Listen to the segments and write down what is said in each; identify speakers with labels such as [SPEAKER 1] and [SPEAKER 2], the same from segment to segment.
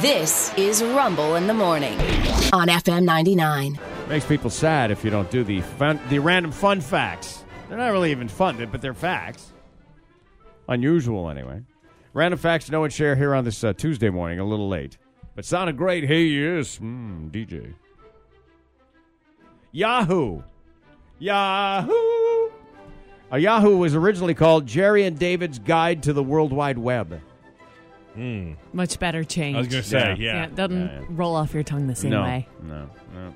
[SPEAKER 1] This is Rumble in the Morning on FM 99.
[SPEAKER 2] Makes people sad if you don't do the fun, the random fun facts. They're not really even fun, but they're facts. Unusual, anyway. Random facts no one share here on this uh, Tuesday morning, a little late. But sounded great. Hey, yes, mm, DJ. Yahoo! Yahoo! Uh, Yahoo was originally called Jerry and David's Guide to the World Wide Web.
[SPEAKER 3] Much better change.
[SPEAKER 4] I was going to say, yeah.
[SPEAKER 3] Yeah, it doesn't roll off your tongue the same
[SPEAKER 2] no,
[SPEAKER 3] way.
[SPEAKER 2] No, no.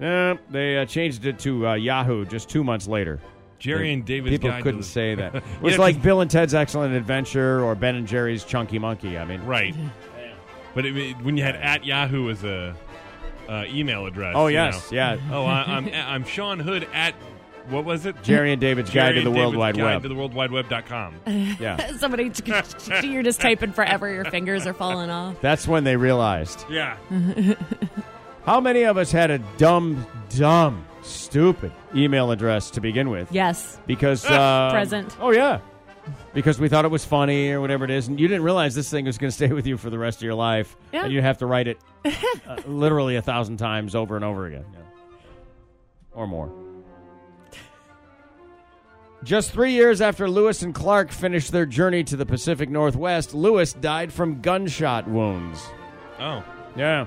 [SPEAKER 2] No, they uh, changed it to uh, Yahoo just two months later.
[SPEAKER 4] Jerry and David's
[SPEAKER 2] People
[SPEAKER 4] guide to
[SPEAKER 2] couldn't
[SPEAKER 4] the-
[SPEAKER 2] say that. It
[SPEAKER 4] Yeah,
[SPEAKER 2] was
[SPEAKER 4] 'cause-
[SPEAKER 2] like Bill and Ted's Excellent Adventure or Ben and Jerry's Chunky Monkey. I mean,
[SPEAKER 4] Right. But it, it- when you had at Yahoo as a uh, email address.
[SPEAKER 2] Oh,
[SPEAKER 4] you
[SPEAKER 2] yes,
[SPEAKER 4] know.
[SPEAKER 2] yeah.
[SPEAKER 4] Oh, I, I'm I'm Sean Hood at what was it?
[SPEAKER 2] Jerry and David's Guide to
[SPEAKER 4] Jerry
[SPEAKER 2] the
[SPEAKER 4] and
[SPEAKER 2] World
[SPEAKER 4] David's
[SPEAKER 2] Wide
[SPEAKER 4] guide
[SPEAKER 2] Web.
[SPEAKER 4] to the World Wide Web dot com.
[SPEAKER 2] yeah,
[SPEAKER 3] Somebody, you're just typing forever. Your fingers are falling off.
[SPEAKER 2] that's when they realized.
[SPEAKER 4] yeah.
[SPEAKER 2] How many of us had a dumb, dumb, stupid email address to begin with?
[SPEAKER 3] Yes.
[SPEAKER 2] Because uh,
[SPEAKER 3] Present.
[SPEAKER 2] Oh yeah, because we thought it was funny or whatever it is, and you didn't realize this thing was going to stay with you for the rest of your life,
[SPEAKER 3] Yeah.
[SPEAKER 2] and you'd have to write it uh, literally a thousand times over and over again, or more. Just three years after Lewis and Clark finished their journey to the Pacific Northwest, Lewis died from gunshot wounds.
[SPEAKER 4] Oh.
[SPEAKER 2] Yeah.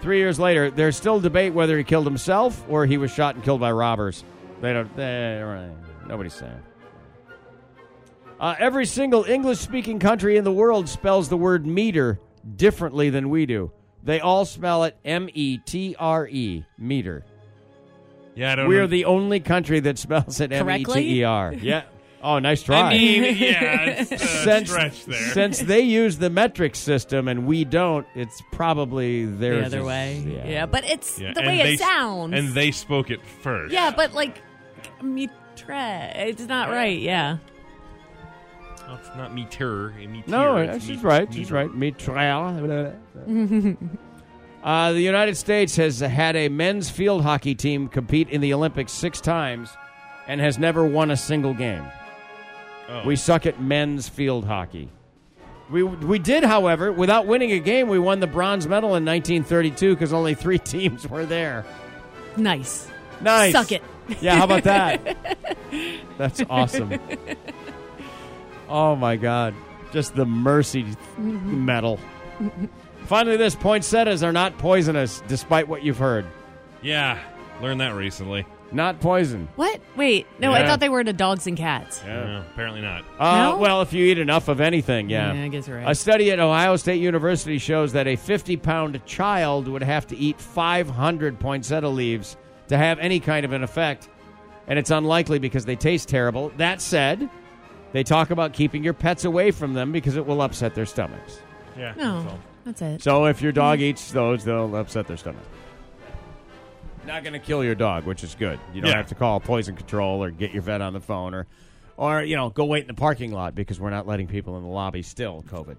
[SPEAKER 2] Three years later, there's still debate whether he killed himself or he was shot and killed by robbers. They don't. They, don't- nobody's saying. Uh, every single English-speaking country in the world spells the word meter differently than we do. They all spell it M E T R E meter.
[SPEAKER 4] Yeah, I don't
[SPEAKER 2] We
[SPEAKER 4] know.
[SPEAKER 2] are the only country that spells it M E
[SPEAKER 3] Correctly?
[SPEAKER 2] T E R. Yeah. Oh, nice try.
[SPEAKER 4] I mean, yeah, it's a stretch there.
[SPEAKER 2] since they use the metric system and we don't, it's probably their
[SPEAKER 3] The other way. Yeah, but it's
[SPEAKER 4] Yeah,
[SPEAKER 3] the
[SPEAKER 4] and
[SPEAKER 3] way
[SPEAKER 4] they
[SPEAKER 3] it
[SPEAKER 4] s-
[SPEAKER 3] sounds.
[SPEAKER 4] And they spoke it first.
[SPEAKER 3] yeah, but like, me tre. It's not right. Yeah.
[SPEAKER 4] Oh, it's not me terror. Me
[SPEAKER 2] No,
[SPEAKER 4] terror, it's
[SPEAKER 2] she's
[SPEAKER 4] me-
[SPEAKER 2] right.
[SPEAKER 4] me-
[SPEAKER 2] She's right. Me trial. Uh, the United States has had a men's field hockey team compete in the Olympics six times and has never won a single game.
[SPEAKER 4] Oh.
[SPEAKER 2] We suck at men's field hockey. We, we did, however, without winning a game, we won the bronze medal in 1932 because only three teams were there.
[SPEAKER 3] Nice.
[SPEAKER 2] Nice.
[SPEAKER 3] Suck it.
[SPEAKER 2] Yeah, how about that? That's awesome. Oh my god. Just the mercy
[SPEAKER 3] Mm-hmm.
[SPEAKER 2] medal. Finally, this poinsettias are not poisonous, despite what you've heard.
[SPEAKER 4] Yeah, learned that recently.
[SPEAKER 2] Not poison.
[SPEAKER 3] What? Wait. No, I
[SPEAKER 2] Yeah.
[SPEAKER 3] thought they were to dogs and cats.
[SPEAKER 4] No, apparently not.
[SPEAKER 2] Uh,
[SPEAKER 3] No?
[SPEAKER 2] Well, if you eat enough of anything, yeah.
[SPEAKER 3] Yeah, I guess you're right.
[SPEAKER 2] A study at Ohio State University shows that a 50 pound child would have to eat 500 poinsettia leaves to have any kind of an effect, and it's unlikely because they taste terrible. That said, they talk about keeping your pets away from them because it will upset their stomachs.
[SPEAKER 4] Yeah. that's
[SPEAKER 3] No,
[SPEAKER 4] all.
[SPEAKER 3] that's it.
[SPEAKER 2] So if your dog eats those, they'll upset their stomach. Not going to kill your dog, which is good. You don't
[SPEAKER 4] Yeah.
[SPEAKER 2] have to call poison control or get your vet on the phone or, or you know, go wait in the parking lot because we're not letting people in the lobby still. COVID.